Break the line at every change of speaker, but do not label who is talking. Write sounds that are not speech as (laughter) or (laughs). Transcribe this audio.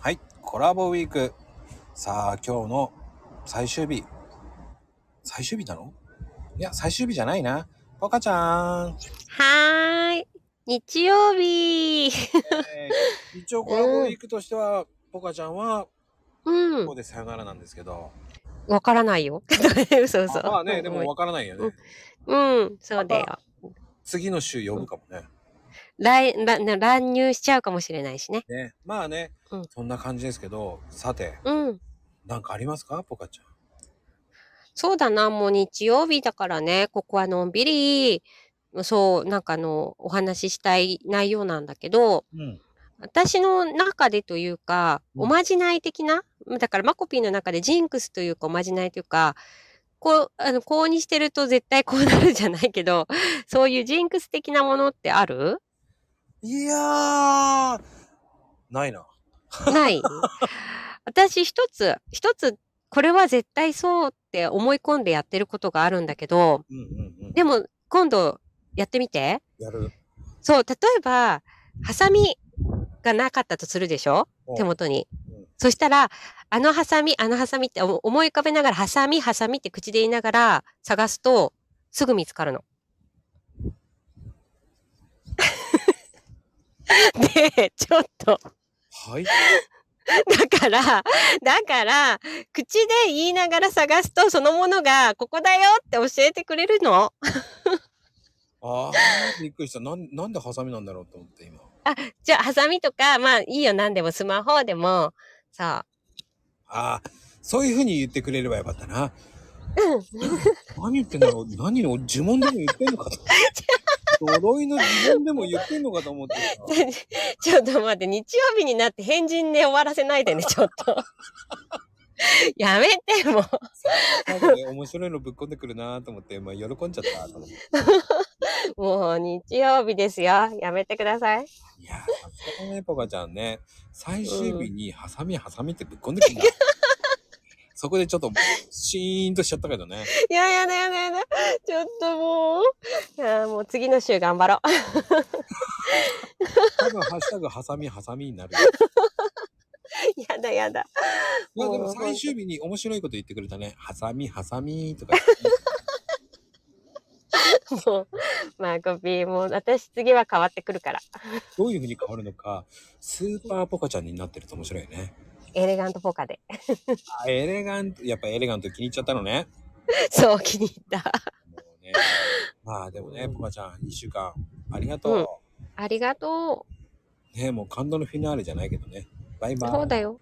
はい、コラボウィーク。さあ、今日の最終日。最終日なのいや、最終日じゃないな。ポカちゃ
(laughs)
ん。
はーい。日曜日。
えー一応コラボウィークとしては、ポカちゃんは、
う
こ
ん
こ。でさよならなんですけど。
わからないよ。 (laughs) 嘘嘘。
あまあね、でもわからないよ
う
ね
ん。うん、そうだよ。
次の週呼ぶかもね。
来、らな乱入しちゃうかもしれないしね。
ね。まあね、
うん
そんな感じですけど、さて、
うん。
なんかありますかポカちゃん。
そうだな、もう日曜日だからね、ここはのんびり、そう、なんかあの、お話ししたい内容なんだけど、
うん。
私の中でというか、
うん
おまじない的な、だからマコピーの中でジンクスというかおまじないというか、こう、あの、こうにしてると絶対こうなるじゃないけど、 (laughs) そういうジンクス的なものってある
いやー、ないな。
ない私一つ、一つ、これは絶対そうって思い込んでやってることがあるんだけど、
うんうんうん。
でも今度やってみて。
やる。
そう、例えば、ハサミがなかったとするでしょ
うん
手元に
うん。
そしたら、あのハサミ、あのハサミってお思い浮かべながら、ハサミ、ハサミって口で言いながら探すと、すぐ見つか
(laughs)
るの。で、ちょっと、
はい。
だから、だから、口で言いながら探すと、そのものが、ここだよって教えてくれるの。
ああ、びっくりした。なん、なんでハサミなんだろうと思って今。
じゃあ、ハサミとか、まあいいよ、何でも、スマホでも、そう。
ああ、そういうふうに言ってくれればよかったな。何言ってんだろう何を呪文でも言ってんのかと。呪いの呪文でも言ってんのかと思ってさ。
(laughs) ちょっと待って、日曜日になって変人で終わらせない (laughs) でね、ちょっと。やめて、もう。
なんかね面白いのぶっこんでくるなと思って、まあ、喜んじゃったと思って。
もう日曜日ですよ。やめてください。
いやー、さすがね、ポカちゃんね、最終日にハサミハサミってぶっこんでくるんだ。そこでちょっと、シーンとしちゃったけどね。
いや、やだやだやだ。ちょっともう。いや、もう次の週頑張ろう。 (laughs)
多分、ハッシュタグハサミハサミになる。
やだやだ。
いやで
も
も
う
最終日に面白いこと言ってくれたね。ハサミ、ハサミ
(laughs)
とか。
もう、マーコピー、もう私次は変わってくるから。
どういう風に変わるのか、スーパーポカちゃんになってると面白いよね。
エレガントポカで。
あエレガント、やっぱエレガント気に入っちゃったのね。
そう、気に入った。
もうね。まあでもね、ポカちゃん、1週間ありがとう。
ありがと
ね、もう感動のフィナーレじゃないけどね。バイ
う。
バイ。
そうだよ。